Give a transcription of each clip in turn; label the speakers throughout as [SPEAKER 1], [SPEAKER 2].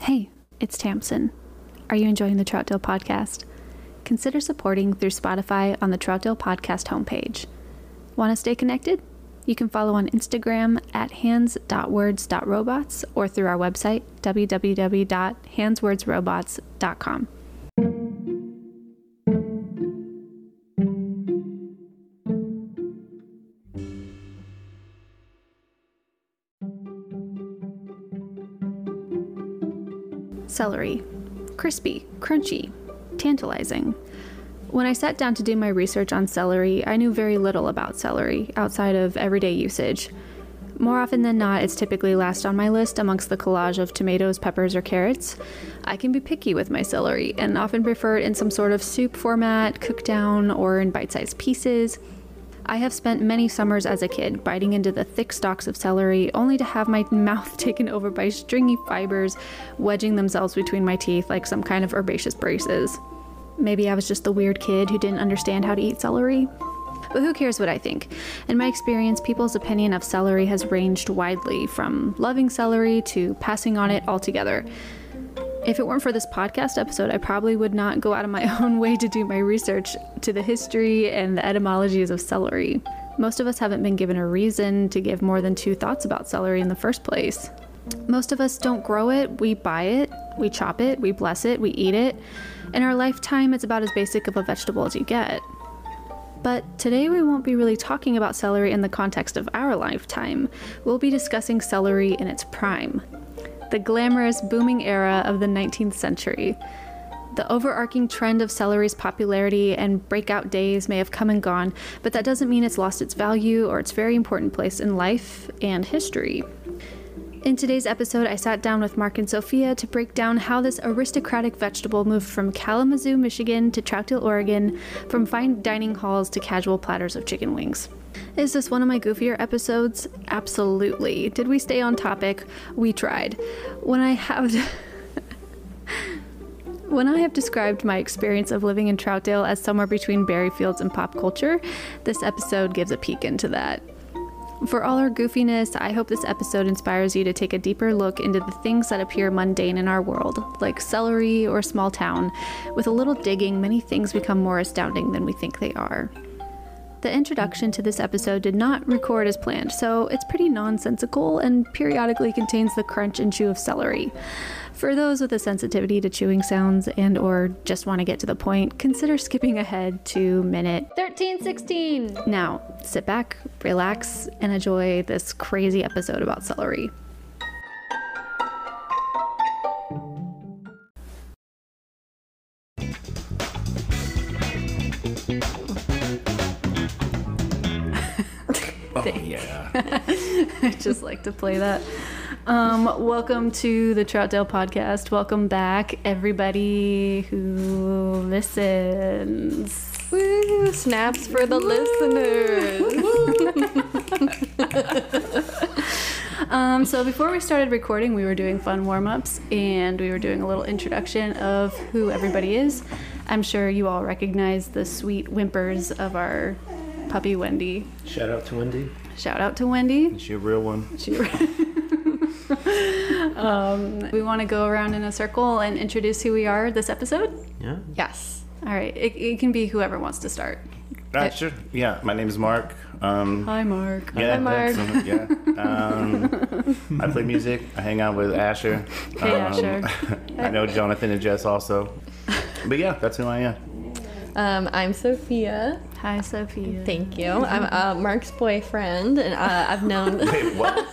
[SPEAKER 1] Hey, it's Tamsin. Are you enjoying the Troutdale podcast? Consider supporting through Spotify on the Troutdale podcast homepage. Want to stay connected? You can follow on Instagram at hands.words.robots or through our website, www.handswordsrobots.com. celery. Crispy, crunchy, tantalizing. When I sat down to do my research on celery, I knew very little about celery outside of everyday usage. More often than not, it's typically last on my list amongst the collage of tomatoes, peppers, or carrots. I can be picky with my celery and often prefer it in some sort of soup format, cooked down, or in bite sized pieces. I have spent many summers as a kid biting into the thick stalks of celery, only to have my mouth taken over by stringy fibers wedging themselves between my teeth like some kind of herbaceous braces. Maybe I was just the weird kid who didn't understand how to eat celery? But who cares what I think? In my experience, people's opinion of celery has ranged widely, from loving celery to passing on it altogether. If it weren't for this podcast episode, I probably would not go out of my own way to do my research to the history and the etymologies of celery. Most of us haven't been given a reason to give more than two thoughts about celery in the first place. Most of us don't grow it, we buy it, we chop it, we bless it, we eat it. In our lifetime, it's about as basic of a vegetable as you get. But today we won't be really talking about celery in the context of our lifetime. We'll be discussing celery in its prime, the glamorous, booming era of the 19th century. The overarching trend of celery's popularity and breakout days may have come and gone, but that doesn't mean it's lost its value or its very important place in life and history. In today's episode, I sat down with Mark and Sophia to break down how this aristocratic vegetable moved from Kalamazoo, Michigan to Troutdale, Oregon, from fine dining halls to casual platters of chicken wings. Is this one of my goofier episodes? Absolutely. Did we stay on topic? We tried. When I have. When I have described my experience of living in Troutdale as somewhere between berry fields and pop culture, this episode gives a peek into that. For all our goofiness, I hope this episode inspires you to take a deeper look into the things that appear mundane in our world, like celery or small town. With a little digging, many things become more astounding than we think they are. The introduction to this episode did not record as planned, so it's pretty nonsensical and periodically contains the crunch and chew of celery. For those with a sensitivity to chewing sounds and or just want to get to the point, consider skipping ahead to minute
[SPEAKER 2] 1316.
[SPEAKER 1] Now, sit back, relax, and enjoy this crazy episode about celery.
[SPEAKER 3] Oh yeah.
[SPEAKER 1] I just like to play that. Um, welcome to the Troutdale podcast. Welcome back, everybody who listens.
[SPEAKER 2] Woo, snaps for the listeners.
[SPEAKER 1] Um, so before we started recording, we were doing fun warm-ups and we were doing a little introduction of who everybody is. I'm sure you all recognize the sweet whimpers of our puppy Wendy.
[SPEAKER 3] Shout out to Wendy.
[SPEAKER 1] Shout out to Wendy.
[SPEAKER 3] She a real one.
[SPEAKER 1] Um, We want to go around in a circle and introduce who we are this episode.
[SPEAKER 3] Yeah.
[SPEAKER 2] yes.
[SPEAKER 1] All right, it, it can be whoever wants to start.
[SPEAKER 3] That's sure. Yeah. My name is Mark. Um,
[SPEAKER 1] Hi, Mark.
[SPEAKER 3] yeah,
[SPEAKER 2] Mark.
[SPEAKER 3] that's- yeah. Um, I play music. I hang out with Asher. Um,
[SPEAKER 1] Hey, Asher.
[SPEAKER 3] I know Jonathan and Jess also. But yeah, that's who I am.
[SPEAKER 2] Um, I'm Sophia.
[SPEAKER 1] Hi, Sophia.
[SPEAKER 2] Thank you. I'm uh, Mark's boyfriend, and uh, I've known.
[SPEAKER 3] Wait, what?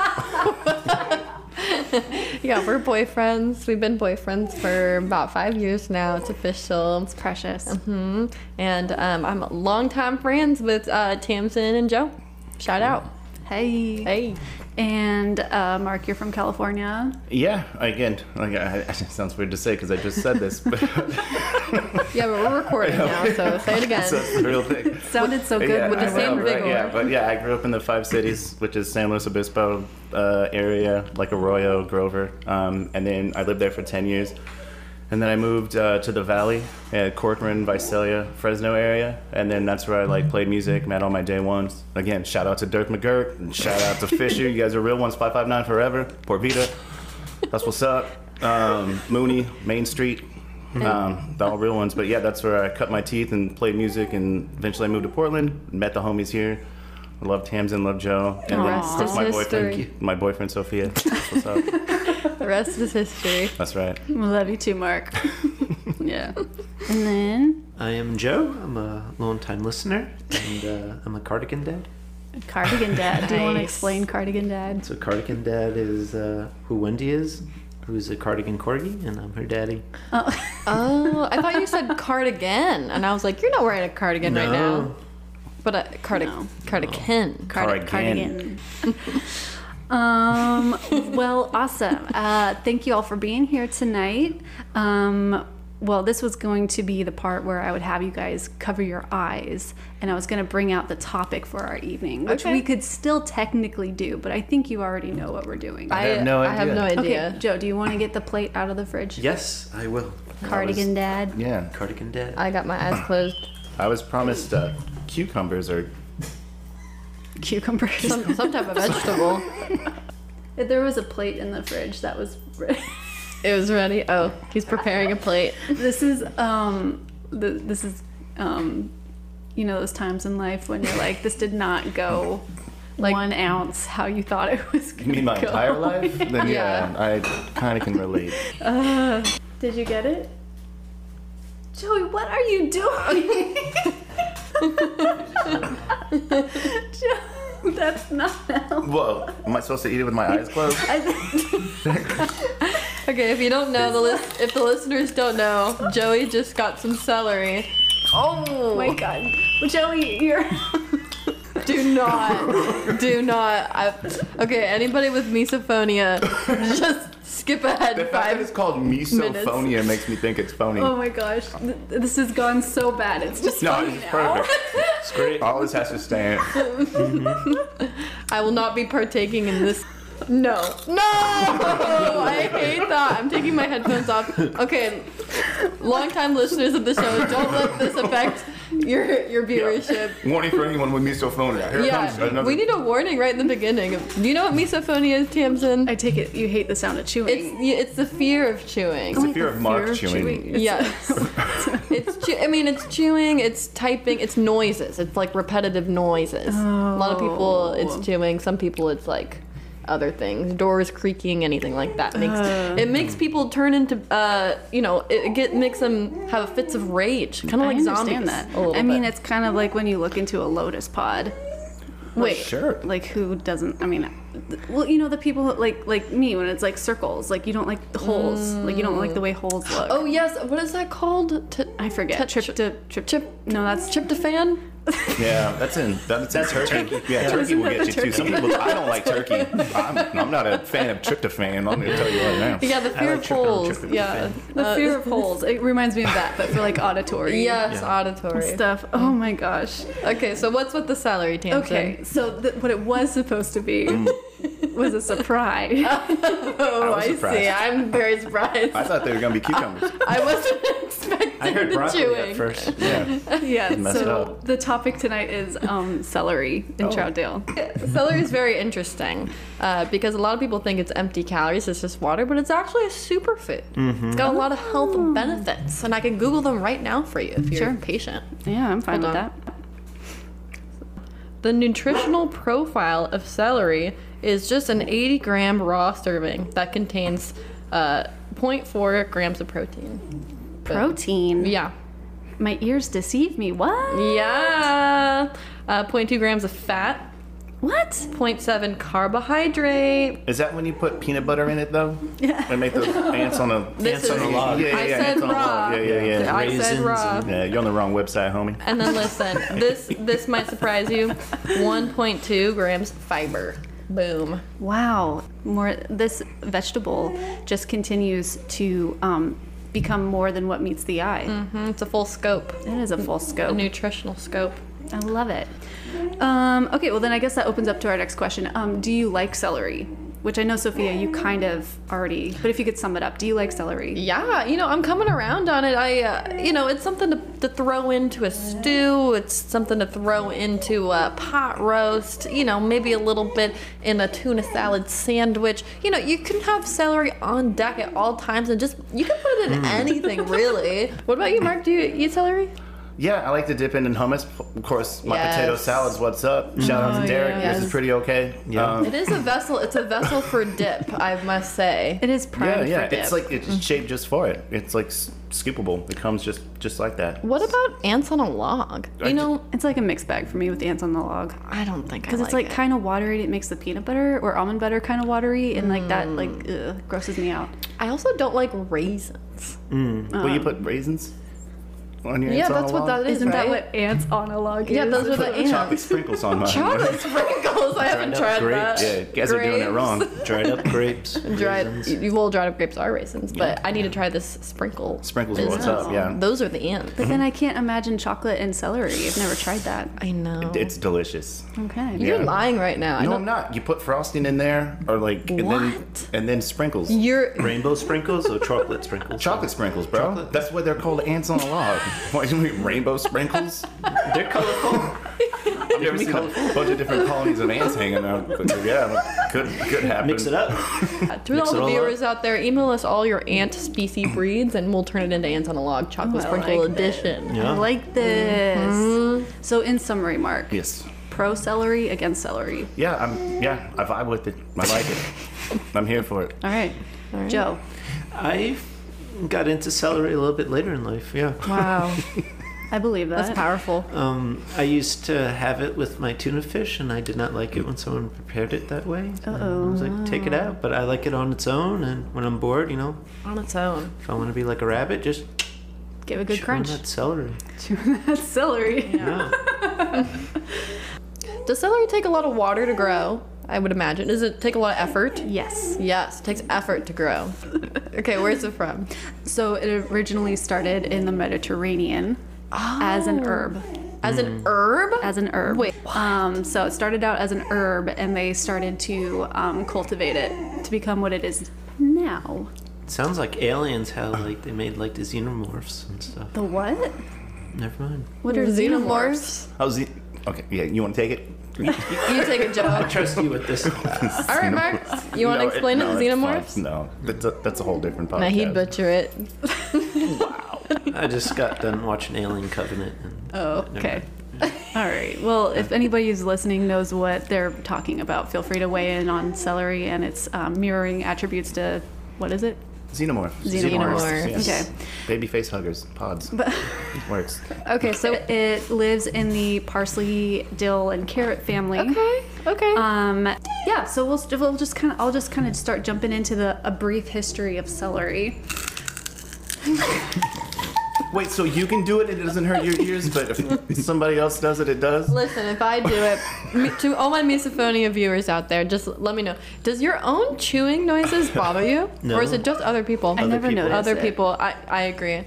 [SPEAKER 2] yeah, we're boyfriends. We've been boyfriends for about five years now. It's official.
[SPEAKER 1] Precious.
[SPEAKER 4] Oh,
[SPEAKER 2] hmm And um, I'm longtime friends with uh, Tamsin and Joe. Shout out.
[SPEAKER 1] Hey.
[SPEAKER 2] Hey.
[SPEAKER 1] And uh, Mark, you're from California.
[SPEAKER 3] Yeah. Again, like I, it sounds weird to say because I just said this, but
[SPEAKER 2] Yeah, but we're recording now, so say it again.
[SPEAKER 3] so it's the real thing.
[SPEAKER 1] Sounded so good with
[SPEAKER 3] I
[SPEAKER 1] the
[SPEAKER 3] know,
[SPEAKER 1] same
[SPEAKER 3] right?
[SPEAKER 1] vigor.
[SPEAKER 3] Yeah, but yeah, I grew up in the five cities, which is San Luis Obispo uh, area, like Arroyo, Grover, um, and then I lived there for ten years, and then I moved uh, to the Valley, uh, Corcoran, Visalia, Fresno area, and then that's where I
[SPEAKER 1] Mm-hmm.
[SPEAKER 3] like played music, met all my day ones. Again, shout out to Dirk McGurk, and shout out to Fisher. You guys are real ones, five five nine forever, Port Vita. That's what's up. um, Mooney, Main Street, um, the all real ones. But yeah, that's where I cut my teeth and played music, and eventually I moved to Portland, met the homies here. Loved Tamsin, loved Joe, and then
[SPEAKER 2] Aw.
[SPEAKER 3] of course, my
[SPEAKER 2] Rest is history.
[SPEAKER 3] boyfriend, my boyfriend Sophia. That's What's up?
[SPEAKER 2] The rest is history.
[SPEAKER 3] That's right.
[SPEAKER 4] We love you too, Mark. yeah.
[SPEAKER 1] And then
[SPEAKER 5] I am Joe. I'm a longtime listener, and uh, I'm a cardigan dad.
[SPEAKER 4] Cardigan Dad.
[SPEAKER 1] do you want to
[SPEAKER 4] Nice.
[SPEAKER 1] explain Cardigan Dad?
[SPEAKER 5] So cardigan dad is uh, who Wendy is, who's a cardigan corgi, and I'm her daddy.
[SPEAKER 2] Oh, I thought you said cardigan, and I was like, you're not wearing a cardigan right now.
[SPEAKER 5] No.
[SPEAKER 2] But a cardi-
[SPEAKER 4] No.
[SPEAKER 2] cardigan.
[SPEAKER 3] Cardigan.
[SPEAKER 4] Cardigan.
[SPEAKER 1] Um, well, awesome. Uh, thank you all for being here tonight. Um, well, this was going to be the part where I would have you guys cover your eyes, and I was going to bring out the topic for our evening, which
[SPEAKER 2] Okay.
[SPEAKER 1] we could still technically do, but I think you already know what we're doing.
[SPEAKER 2] I,
[SPEAKER 5] have no
[SPEAKER 2] I have
[SPEAKER 5] idea.
[SPEAKER 2] no
[SPEAKER 1] okay,
[SPEAKER 2] idea.
[SPEAKER 1] Joe, do you want to get the plate out of the fridge?
[SPEAKER 5] Yes, I will.
[SPEAKER 1] Cardigan Dad.
[SPEAKER 3] Yeah,
[SPEAKER 5] Cardigan dad.
[SPEAKER 2] I got my eyes closed.
[SPEAKER 3] I was promised uh, cucumbers or
[SPEAKER 1] Cucumber.
[SPEAKER 2] Some, some type of vegetable.
[SPEAKER 1] there was a plate in the fridge that was.
[SPEAKER 2] it was ready. Oh, he's preparing a plate.
[SPEAKER 1] this is um th- this is um you know those times in life when you're like this did not go like one ounce how you thought it was
[SPEAKER 3] You
[SPEAKER 1] gonna
[SPEAKER 3] mean my
[SPEAKER 1] go.
[SPEAKER 3] entire life? Then
[SPEAKER 2] Yeah.
[SPEAKER 3] yeah, I kind of can relate.
[SPEAKER 1] did you get it joey what are you doing Joe, that's not how
[SPEAKER 3] Whoa, am I supposed to eat it with my eyes closed?
[SPEAKER 2] Okay, if you don't know the list, if the listeners don't know, Joey just got some celery. Oh
[SPEAKER 1] my god joey you're
[SPEAKER 2] Do not, do not. I, okay, anybody with misophonia, just skip
[SPEAKER 3] The
[SPEAKER 2] ahead
[SPEAKER 3] fact that it's
[SPEAKER 2] five.
[SPEAKER 3] called misophonia makes me think it's phony.
[SPEAKER 1] oh my gosh Th- this has gone so bad it's just
[SPEAKER 3] no,
[SPEAKER 1] funny
[SPEAKER 3] it's
[SPEAKER 1] now.
[SPEAKER 3] perfect. It's great. All this has to stand.
[SPEAKER 2] I will not be partaking in this. No, no! I hate that. I'm taking my headphones off. Okay, longtime listeners of the show, don't let this affect your your viewership.
[SPEAKER 3] Warning for anyone with misophonia. Here comes
[SPEAKER 2] Yeah,
[SPEAKER 3] another.
[SPEAKER 2] we need a warning right in the beginning. Do you know what misophonia is, Tamsin?
[SPEAKER 1] i take it you hate the sound of chewing
[SPEAKER 2] It's it's the fear of chewing.
[SPEAKER 3] it's
[SPEAKER 1] like
[SPEAKER 3] the fear
[SPEAKER 1] the
[SPEAKER 3] of Mark
[SPEAKER 1] fear of
[SPEAKER 3] chewing.
[SPEAKER 1] chewing.
[SPEAKER 2] Yes. it's chew- I mean it's chewing, it's typing, it's noises. It's like repetitive noises. A lot of people
[SPEAKER 1] Oh.
[SPEAKER 2] it's chewing, some people it's like other things, doors creaking, anything like that makes
[SPEAKER 1] Uh.
[SPEAKER 2] it makes people turn into uh, you know, it, it get makes them have fits of rage, kind of like
[SPEAKER 1] I understand
[SPEAKER 2] zombies.
[SPEAKER 1] that.
[SPEAKER 2] a little
[SPEAKER 1] I mean,
[SPEAKER 2] bit.
[SPEAKER 1] it's kind of like when you look into a lotus pod. Wait,
[SPEAKER 3] sure.
[SPEAKER 1] Like who doesn't? I mean, th- well, you know the people who, like like me when it's like circles. Like you don't like the holes. Like you don't like the way holes look.
[SPEAKER 2] Oh yes, what is that called? T-
[SPEAKER 1] I forget.
[SPEAKER 2] T-
[SPEAKER 1] Trip to trip
[SPEAKER 2] Chip-
[SPEAKER 1] No, that's
[SPEAKER 2] tryptophan?
[SPEAKER 3] Yeah, that's in. That's, that's turkey. Yeah, turkey
[SPEAKER 1] Isn't
[SPEAKER 3] will
[SPEAKER 1] that
[SPEAKER 3] get
[SPEAKER 1] the
[SPEAKER 3] you too. Some people, I don't like turkey. I'm, I'm not a fan of tryptophan. I'm going to tell you right now.
[SPEAKER 2] Yeah, the fear
[SPEAKER 5] like
[SPEAKER 2] of
[SPEAKER 5] tryptophan,
[SPEAKER 2] holes.
[SPEAKER 5] tryptophan.
[SPEAKER 2] Yeah.
[SPEAKER 1] Uh, the fear of holes. It reminds me of that, but for like auditory.
[SPEAKER 2] Yes, auditory.
[SPEAKER 1] Stuff. Oh my gosh.
[SPEAKER 2] Okay, so what's with the celery, Tamsin?
[SPEAKER 1] Okay, so th- what it was supposed to be
[SPEAKER 3] Mm.
[SPEAKER 1] was a surprise.
[SPEAKER 2] Oh,
[SPEAKER 3] I
[SPEAKER 2] I,
[SPEAKER 3] was surprised.
[SPEAKER 2] see. I'm very surprised.
[SPEAKER 3] I
[SPEAKER 2] I,
[SPEAKER 3] thought they were going to be cucumbers.
[SPEAKER 2] wasn't expecting
[SPEAKER 5] I heard
[SPEAKER 2] the
[SPEAKER 5] broccoli
[SPEAKER 2] chewing.
[SPEAKER 5] at first.
[SPEAKER 3] Yeah.
[SPEAKER 1] yeah.
[SPEAKER 3] messed it
[SPEAKER 1] So
[SPEAKER 3] up.
[SPEAKER 1] the topic tonight is um, celery in Troutdale.
[SPEAKER 2] Celery is very interesting uh, because a lot of people think it's empty calories, it's just water, but it's actually a superfood.
[SPEAKER 5] Mm-hmm.
[SPEAKER 2] It's got a lot of health benefits, and I can Google them right now for you if you're patient.
[SPEAKER 1] Yeah, I'm fine
[SPEAKER 2] Hold
[SPEAKER 1] with
[SPEAKER 2] on.
[SPEAKER 1] that.
[SPEAKER 2] The nutritional profile of celery is just an 80 gram raw serving that contains uh, 0.4 grams of protein.
[SPEAKER 1] Protein.
[SPEAKER 2] Yeah.
[SPEAKER 1] My ears deceive me. What?
[SPEAKER 2] Yeah. Uh, 0.2 grams of fat,
[SPEAKER 1] What?
[SPEAKER 2] 0.7 carbohydrate,
[SPEAKER 3] Is that when you put peanut butter in it, though? Yeah. And make those ants on a.
[SPEAKER 5] Ants
[SPEAKER 2] This
[SPEAKER 5] on
[SPEAKER 2] is-
[SPEAKER 5] a log.
[SPEAKER 3] Yeah, yeah,
[SPEAKER 2] I
[SPEAKER 3] yeah,
[SPEAKER 2] said
[SPEAKER 3] ants on a log.
[SPEAKER 2] raw.
[SPEAKER 3] Yeah, yeah, yeah.
[SPEAKER 2] I said
[SPEAKER 5] Raisins
[SPEAKER 2] raw.
[SPEAKER 3] Yeah, you're on the wrong website, homie.
[SPEAKER 2] And then listen, this this might surprise you. 1.2 grams fiber. Boom.
[SPEAKER 1] Wow. More. This vegetable just continues to um, become more than what meets the eye.
[SPEAKER 2] Mhm, It's a full scope,
[SPEAKER 1] It is Mm. a full
[SPEAKER 2] a
[SPEAKER 1] scope.
[SPEAKER 2] nutritional scope.
[SPEAKER 1] I love it. Um, okay. Well, then I guess that opens up to our next question. Um, do you like celery? Which I know, Sophia, you kind of already, but if you could sum it up, do you like celery?
[SPEAKER 2] Yeah, you know, I'm coming around on it. I, uh, you know, it's something to, to throw into a stew. It's something to throw into a pot roast. You know, maybe a little bit in a tuna salad sandwich. You know, you can have celery on deck at all times, and just you can put it in anything, really. What about you, Mark? Do you eat celery?
[SPEAKER 3] Yeah, I like to dip in in hummus. Of course, my
[SPEAKER 2] Yes. Mm-hmm. Oh,
[SPEAKER 3] potato salad's what's up. Shout out to Derek. This
[SPEAKER 2] yes.
[SPEAKER 3] is pretty okay. Um,
[SPEAKER 5] Yeah.
[SPEAKER 2] It is a vessel. It's a vessel for dip, I must say.
[SPEAKER 1] It is
[SPEAKER 3] yeah,
[SPEAKER 1] prime
[SPEAKER 3] yeah.
[SPEAKER 1] for dip.
[SPEAKER 3] It's like it's shaped just for it. It's like s- scoopable. It comes just just like that.
[SPEAKER 2] What about ants on a log?
[SPEAKER 3] I
[SPEAKER 2] You know,
[SPEAKER 1] It's like a mixed bag for me with the ants on the log.
[SPEAKER 2] I don't think I
[SPEAKER 1] Because it's like,
[SPEAKER 2] it.
[SPEAKER 1] kind of watery. It makes the peanut butter or almond butter kind of watery, and like that like ugh, grosses me out.
[SPEAKER 2] I also don't like raisins.
[SPEAKER 3] Will you put raisins on your?
[SPEAKER 2] um, Yeah,
[SPEAKER 3] ants on
[SPEAKER 2] that's
[SPEAKER 3] a
[SPEAKER 2] what
[SPEAKER 3] log?
[SPEAKER 2] that is.
[SPEAKER 1] Isn't that
[SPEAKER 2] right?
[SPEAKER 1] what ants on a log
[SPEAKER 2] Yeah,
[SPEAKER 1] is?
[SPEAKER 2] those are the
[SPEAKER 3] Put chocolate
[SPEAKER 2] ants.
[SPEAKER 3] sprinkles on mine.
[SPEAKER 2] Chocolate sprinkles. I haven't
[SPEAKER 5] up
[SPEAKER 2] tried
[SPEAKER 5] grapes.
[SPEAKER 2] that.
[SPEAKER 3] Yeah, you guys are doing it
[SPEAKER 2] Grapes.
[SPEAKER 3] wrong.
[SPEAKER 5] Dried up grapes.
[SPEAKER 2] Dried,
[SPEAKER 5] raisins.
[SPEAKER 2] you will dried up grapes are raisins, but I need to try this sprinkle.
[SPEAKER 3] Sprinkles are
[SPEAKER 2] business.
[SPEAKER 3] what's up. Yeah,
[SPEAKER 2] Those are the ants.
[SPEAKER 1] But then I can't imagine chocolate and celery. I've never tried that.
[SPEAKER 2] I know.
[SPEAKER 3] it's delicious.
[SPEAKER 1] Okay.
[SPEAKER 2] You're
[SPEAKER 3] yeah.
[SPEAKER 2] lying right now. I
[SPEAKER 3] No,
[SPEAKER 2] don't-
[SPEAKER 3] I'm not. You put frosting in there, or like, and
[SPEAKER 2] What?
[SPEAKER 3] then and then sprinkles.
[SPEAKER 2] You're
[SPEAKER 5] Rainbow sprinkles or chocolate sprinkles?
[SPEAKER 3] Chocolate sprinkles, bro.
[SPEAKER 5] Chocolate.
[SPEAKER 3] That's what they're called. Ants on a log. Why do we rainbow sprinkles?
[SPEAKER 5] They're colorful.
[SPEAKER 3] I've never seen a bunch of different colonies of ants hanging out. But yeah, could could happen.
[SPEAKER 5] Mix it up.
[SPEAKER 2] to
[SPEAKER 5] Mix
[SPEAKER 2] all
[SPEAKER 5] it
[SPEAKER 2] the
[SPEAKER 5] all
[SPEAKER 2] viewers out there. Email us all your ant species breeds, and we'll turn it into ants on a log chocolate
[SPEAKER 1] I
[SPEAKER 2] sprinkle
[SPEAKER 1] like
[SPEAKER 2] edition.
[SPEAKER 1] I
[SPEAKER 5] Yeah.
[SPEAKER 1] like this. So, in summary, Mark,
[SPEAKER 3] Yes.
[SPEAKER 1] pro celery against celery.
[SPEAKER 3] Yeah, I'm. Yeah, I vibe with it. I like it. I'm here for it.
[SPEAKER 1] All right. Joe.
[SPEAKER 5] I got into celery a little bit later in life. Yeah.
[SPEAKER 2] Wow,
[SPEAKER 1] I believe that.
[SPEAKER 2] that's powerful.
[SPEAKER 5] Um, I used to have it with my tuna fish, and I did not like it when someone prepared it that way. Uh-oh. I was like, take it out, but I like it on its own. And when I'm bored, you know,
[SPEAKER 2] On its own.
[SPEAKER 5] if I want to be like a rabbit, just
[SPEAKER 1] Give a good
[SPEAKER 5] chew on
[SPEAKER 1] crunch.
[SPEAKER 5] that celery.
[SPEAKER 1] That's celery.
[SPEAKER 5] Yeah.
[SPEAKER 2] Does celery take a lot of water to grow? I would imagine. Does it take a lot of effort?
[SPEAKER 1] Yes.
[SPEAKER 2] Yes, it takes effort to grow. Okay, where's it from?
[SPEAKER 1] So, it originally started in the Mediterranean as an herb.
[SPEAKER 2] As
[SPEAKER 5] Mm.
[SPEAKER 2] an herb?
[SPEAKER 1] Oh. as an herb.
[SPEAKER 2] Wait,
[SPEAKER 1] Um, so it started out as an herb, and they started to um, cultivate it to become what it is now.
[SPEAKER 5] Sounds like aliens. How like they made like the xenomorphs and stuff.
[SPEAKER 1] The what?
[SPEAKER 5] Never mind.
[SPEAKER 1] What are xenomorphs?
[SPEAKER 3] How's the? Okay. Yeah, you want to take it?
[SPEAKER 2] You take a joke.
[SPEAKER 5] Trust you with this.
[SPEAKER 2] All right, Mark. You want to
[SPEAKER 3] No,
[SPEAKER 2] explain it,
[SPEAKER 3] no,
[SPEAKER 2] to
[SPEAKER 3] it's fine.
[SPEAKER 2] xenomorphs?
[SPEAKER 3] No, that's a, that's a whole different podcast.
[SPEAKER 2] Nah, he'd butcher it.
[SPEAKER 5] I just got done watching Alien Covenant. And
[SPEAKER 1] Oh,
[SPEAKER 5] Never
[SPEAKER 1] okay.
[SPEAKER 5] mind.
[SPEAKER 1] All right. Well, if anybody who's listening knows what they're talking about, feel free to weigh in on celery and its um, mirroring attributes to what is it?
[SPEAKER 3] Xenomorph.
[SPEAKER 1] Xenomorphs.
[SPEAKER 2] Xenomorphs.
[SPEAKER 1] Okay.
[SPEAKER 3] Baby face huggers. Pods. Works.
[SPEAKER 1] Okay. So it lives in the parsley, dill, and carrot family.
[SPEAKER 2] Okay, okay.
[SPEAKER 1] Um, yeah, so we'll, we'll just kind of I'll just kind of start jumping into the a brief history of celery.
[SPEAKER 3] Wait, so you can do it and it doesn't hurt your ears, but if somebody else does it, it does?
[SPEAKER 2] Listen, if I do it, me- to all my misophonia viewers out there, just let me know. Does your own chewing noises bother you?
[SPEAKER 5] No.
[SPEAKER 2] Or is it just other people?
[SPEAKER 1] I never
[SPEAKER 5] people.
[SPEAKER 1] noticed
[SPEAKER 2] Other
[SPEAKER 1] it.
[SPEAKER 2] people. I, I agree.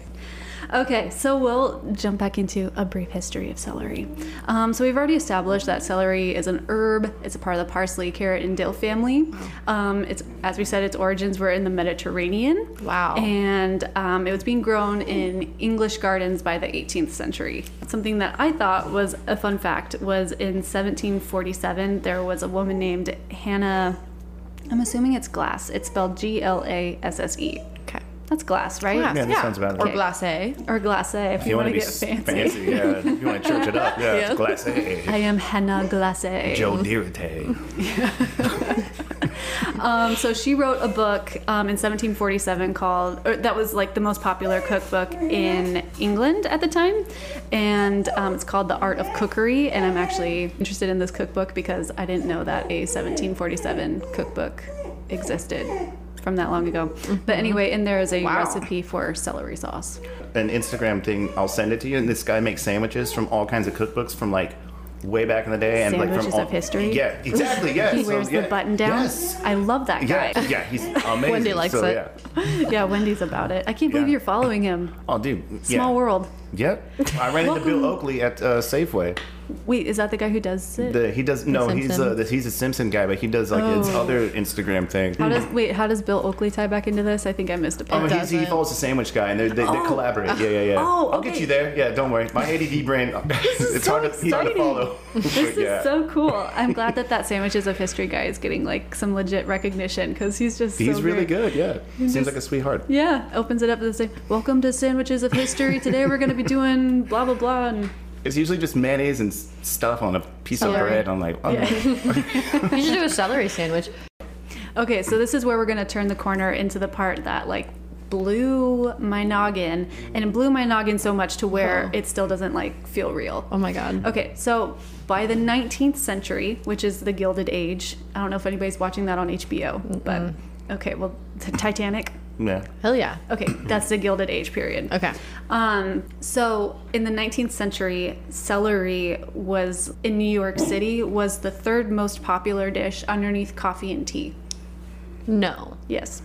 [SPEAKER 1] Okay, so we'll jump back into a brief history of celery. Um, so we've already established that celery is an herb. It's a part of the parsley, carrot, and dill family. Um, it's as we said, its origins were in the Mediterranean.
[SPEAKER 2] Wow.
[SPEAKER 1] And um, it was being grown in English gardens by the 18th century. Something that I thought was a fun fact was in 1747 there was a woman named Hannah. I'm assuming it's Glass. It's spelled G L A S S E.
[SPEAKER 2] Okay.
[SPEAKER 1] That's glass, right?
[SPEAKER 2] Glass.
[SPEAKER 3] Yeah, that sounds about
[SPEAKER 2] Or
[SPEAKER 3] right.
[SPEAKER 2] glacé.
[SPEAKER 1] or glace if you,
[SPEAKER 3] wanna
[SPEAKER 1] want to get fancy.
[SPEAKER 3] yeah. If you want to church it up, yeah.
[SPEAKER 2] Yeah.
[SPEAKER 3] It's glass A.
[SPEAKER 1] I am Henna Glace.
[SPEAKER 3] Joe Dirite.
[SPEAKER 1] Um, so she wrote a book um, in 1747 called, or that was like the most popular cookbook in England at the time, and um, it's called The Art of Cookery. And I'm actually interested in this cookbook because I didn't know that a 1747 cookbook existed from that long ago. But anyway, and there is a recipe for celery sauce.
[SPEAKER 3] An Instagram thing, I'll send it to you. And this guy makes sandwiches from all kinds of cookbooks from like way back in the day. and like from
[SPEAKER 1] Sandwiches
[SPEAKER 3] all,
[SPEAKER 1] of history?
[SPEAKER 3] Yeah, exactly. Yeah.
[SPEAKER 1] He
[SPEAKER 3] so,
[SPEAKER 1] wears
[SPEAKER 3] yeah.
[SPEAKER 1] the button down.
[SPEAKER 3] Yes.
[SPEAKER 1] I love that guy.
[SPEAKER 3] Yeah, yeah, he's amazing.
[SPEAKER 2] Wendy likes
[SPEAKER 3] so,
[SPEAKER 2] it.
[SPEAKER 3] Yeah.
[SPEAKER 1] yeah, Wendy's about it. I can't believe
[SPEAKER 3] Yeah.
[SPEAKER 1] you're following him.
[SPEAKER 3] Oh, dude.
[SPEAKER 1] Small
[SPEAKER 3] yeah.
[SPEAKER 1] world.
[SPEAKER 3] Yep. I ran into Bill Oakley at uh, Safeway.
[SPEAKER 1] Wait, is that the guy who does it?
[SPEAKER 3] The, he does no, he's
[SPEAKER 2] Simpson.
[SPEAKER 3] a the- he's a Simpson guy, but he does like his
[SPEAKER 1] Oh.
[SPEAKER 3] other Instagram thing.
[SPEAKER 1] how does wait? How does Bill Oakley tie back into this? I think I missed a
[SPEAKER 3] Oh,
[SPEAKER 1] part.
[SPEAKER 3] he's, he
[SPEAKER 2] doesn't.
[SPEAKER 3] follows the sandwich guy, and they, they, they collaborate. Yeah, yeah, yeah.
[SPEAKER 1] Oh,
[SPEAKER 3] I'll get
[SPEAKER 1] okay.
[SPEAKER 3] you there. Yeah, don't worry. My ADD brain,
[SPEAKER 1] is
[SPEAKER 3] it's
[SPEAKER 1] so
[SPEAKER 3] hard, to, it's hard to
[SPEAKER 1] exciting.
[SPEAKER 3] follow.
[SPEAKER 1] This is so cool. I'm glad that that Sandwiches of History guy is getting like some legit recognition because he's just
[SPEAKER 3] He's
[SPEAKER 1] so
[SPEAKER 3] really
[SPEAKER 1] great.
[SPEAKER 3] good. Yeah, seems like a sweetheart.
[SPEAKER 1] Yeah, opens it up and says, "Welcome to Sandwiches of History. Today we're going to be doing blah blah blah." And
[SPEAKER 3] It's usually just mayonnaise and s- stuff on a piece of
[SPEAKER 2] Celery.
[SPEAKER 3] bread. I'm like, oh,
[SPEAKER 2] You should do a celery sandwich.
[SPEAKER 1] okay, so this is where we're going to turn the corner into the part that like blew my noggin, and it blew my noggin so much to where
[SPEAKER 2] Oh.
[SPEAKER 1] it still doesn't like feel real.
[SPEAKER 2] Oh my god.
[SPEAKER 1] Okay, so by the 19th century, which is the Gilded Age, I don't know if anybody's watching that on HBO, but okay, well, t- Titanic.
[SPEAKER 3] yeah.
[SPEAKER 2] Hell yeah.
[SPEAKER 1] Okay, that's the Gilded Age period.
[SPEAKER 2] Okay.
[SPEAKER 1] Um, so in the 19th century, celery was in New York City was the third most popular dish underneath coffee and tea.
[SPEAKER 2] No.
[SPEAKER 1] Yes.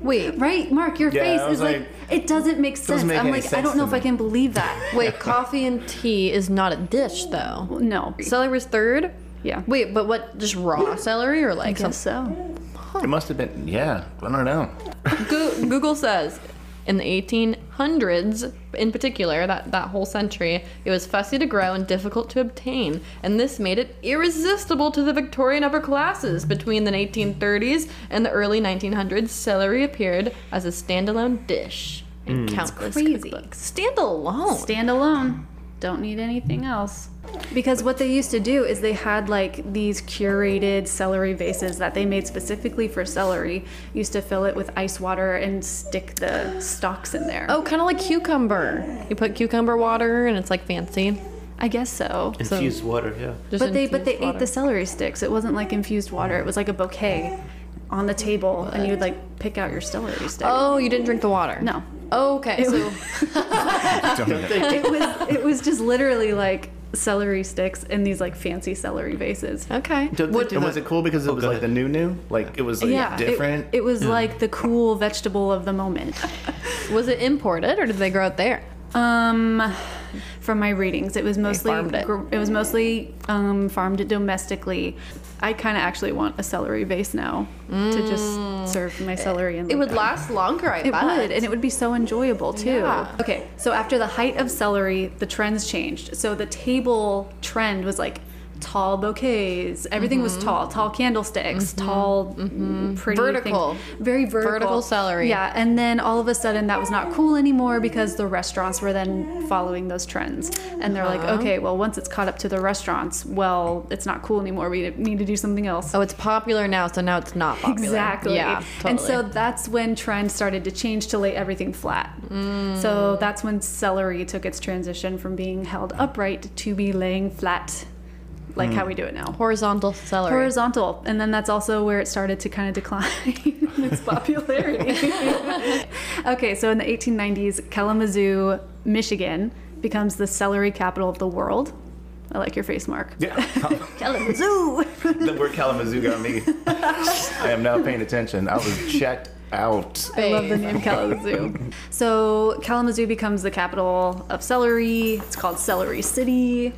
[SPEAKER 2] Wait.
[SPEAKER 1] Right, Mark, your
[SPEAKER 3] Yeah, I
[SPEAKER 1] face
[SPEAKER 3] was
[SPEAKER 1] is like,
[SPEAKER 3] like-
[SPEAKER 1] it doesn't make sense.
[SPEAKER 3] make
[SPEAKER 1] I'm
[SPEAKER 3] any
[SPEAKER 1] like, I
[SPEAKER 3] sense
[SPEAKER 1] don't know
[SPEAKER 3] to
[SPEAKER 1] if I
[SPEAKER 3] me.
[SPEAKER 1] can believe that.
[SPEAKER 2] Wait, coffee and tea is not a dish though.
[SPEAKER 1] No.
[SPEAKER 2] Celery was third?
[SPEAKER 1] yeah.
[SPEAKER 2] Wait, but what just raw celery or like
[SPEAKER 1] I guess so.
[SPEAKER 3] It must have been. Yeah, I don't know.
[SPEAKER 2] Go- Google says in the 1800s, in particular, that, that whole century, it was fussy to grow and difficult to obtain, and this made it irresistible to the Victorian upper classes. Between the 1830s and the early 1900s, celery appeared as a standalone dish in countless
[SPEAKER 1] crazy.
[SPEAKER 2] cookbooks. Standalone.
[SPEAKER 1] Stand alone. Don't need anything else. Because what they used to do is they had like these curated celery vases that they made specifically for celery. Used to fill it with ice water and stick the stalks in there.
[SPEAKER 2] oh, kind of like cucumber. You put cucumber water, and it's like fancy.
[SPEAKER 1] I guess so.
[SPEAKER 5] Infused water, yeah.
[SPEAKER 2] Just
[SPEAKER 1] But they but they
[SPEAKER 2] infused
[SPEAKER 1] ate
[SPEAKER 2] water.
[SPEAKER 1] the celery sticks. It wasn't like infused water. It was like a bouquet on the table, and you would like pick out your celery stick.
[SPEAKER 2] Oh, you didn't drink the water.
[SPEAKER 1] No.
[SPEAKER 2] Okay. So
[SPEAKER 3] Don't know.
[SPEAKER 1] It was it was just literally like celery sticks in these like fancy celery vases.
[SPEAKER 2] okay.
[SPEAKER 5] Don't they do
[SPEAKER 3] And was
[SPEAKER 5] that-
[SPEAKER 3] it cool because it was
[SPEAKER 5] Oh, go
[SPEAKER 3] like the
[SPEAKER 5] ahead.
[SPEAKER 3] new new? Like it was like
[SPEAKER 1] yeah, it-
[SPEAKER 3] different.
[SPEAKER 1] It, was like the cool vegetable of the moment.
[SPEAKER 2] Was it imported or did they grow it there?
[SPEAKER 1] Um, from my readings, it was mostly
[SPEAKER 2] farmed it.
[SPEAKER 1] gr- was mostly um, farmed domestically. I kind of actually want a celery vase now to just serve my celery and
[SPEAKER 2] Mm. It would
[SPEAKER 1] leave
[SPEAKER 2] last longer, I
[SPEAKER 1] It
[SPEAKER 2] bet.
[SPEAKER 1] would, and it would be so enjoyable too.
[SPEAKER 2] Yeah.
[SPEAKER 1] Okay, so after the height of celery, the trends changed. So the table trend was like tall bouquets. Everything
[SPEAKER 2] Mm-hmm.
[SPEAKER 1] was tall, tall candlesticks, tall, mm, pretty
[SPEAKER 2] Vertical.
[SPEAKER 1] things. very vertical,
[SPEAKER 2] Vertical celery.
[SPEAKER 1] Yeah, and then all of a sudden that was not cool anymore because the restaurants were then following those trends, and they're
[SPEAKER 2] Uh-huh.
[SPEAKER 1] like, okay, well once it's caught up to the restaurants, well it's not cool anymore. We need to do something else.
[SPEAKER 2] oh, it's popular now, so now it's not popular.
[SPEAKER 1] Exactly.
[SPEAKER 2] Yeah. Totally.
[SPEAKER 1] And so that's when trends started to change to lay everything flat.
[SPEAKER 2] Mm.
[SPEAKER 1] So that's when celery took its transition from being held upright to be laying flat, like how we do it now.
[SPEAKER 2] horizontal celery.
[SPEAKER 1] Horizontal. And then that's also where it started to kind of decline in its popularity. okay, so in the 1890s, Kalamazoo, Michigan becomes the celery capital of the world. I like your face, Mark.
[SPEAKER 3] yeah.
[SPEAKER 1] Kalamazoo!
[SPEAKER 3] the word Kalamazoo got me. I am now paying attention. I was checked out.
[SPEAKER 1] I love the name Kalamazoo. so Kalamazoo becomes the capital of celery. It's called Celery City.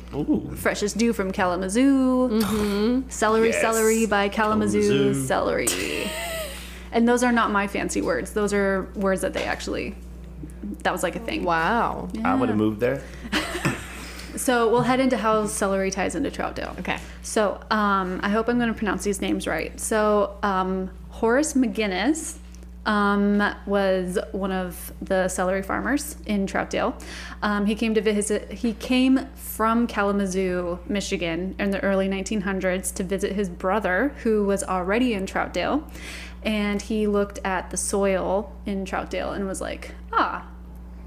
[SPEAKER 1] Fresh is due from Kalamazoo. Celery,
[SPEAKER 3] Yes.
[SPEAKER 1] celery by Kalamazoo,
[SPEAKER 5] Kalamazoo.
[SPEAKER 1] celery. and those are not my fancy words. Those are words that they actually. That was like a thing.
[SPEAKER 2] wow.
[SPEAKER 3] I would have moved there.
[SPEAKER 1] So we'll head into how celery ties into Troutdale.
[SPEAKER 2] Okay.
[SPEAKER 1] So um, I hope I'm going to pronounce these names right. So um, Horace McGinnis um, was one of the celery farmers in Troutdale. Um, he came to visit. He came from Kalamazoo, Michigan, in the early 1900s to visit his brother, who was already in Troutdale. And he looked at the soil in Troutdale and was like, "Ah,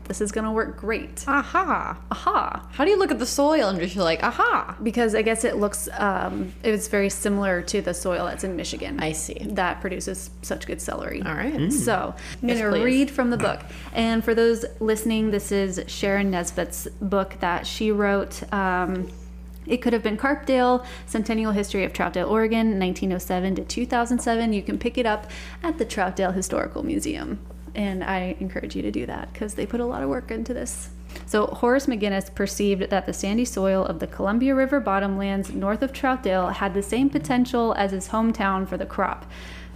[SPEAKER 1] this is going to work great."
[SPEAKER 2] Aha.
[SPEAKER 1] Aha!
[SPEAKER 2] How do you look at the soil and just you're like, aha?
[SPEAKER 1] because I guess it looks um, it was very similar to the soil that's in Michigan.
[SPEAKER 2] I see.
[SPEAKER 1] that produces such good celery.
[SPEAKER 2] All right.
[SPEAKER 1] So I'm
[SPEAKER 2] Mm. Yes,
[SPEAKER 1] going to
[SPEAKER 2] please.
[SPEAKER 1] read from the book. And for those listening, this is Sharon Nesbitt's book that she wrote. Um, it could have been Carpdale, Centennial History of Troutdale, oh Oregon, 1907 to 2007. You can pick it up at the Troutdale Historical Museum. And I encourage you to do that because they put a lot of work into this. So Horace McGinnis perceived that the sandy soil of the Columbia River bottomlands north of Troutdale had the same potential as his hometown for the crop.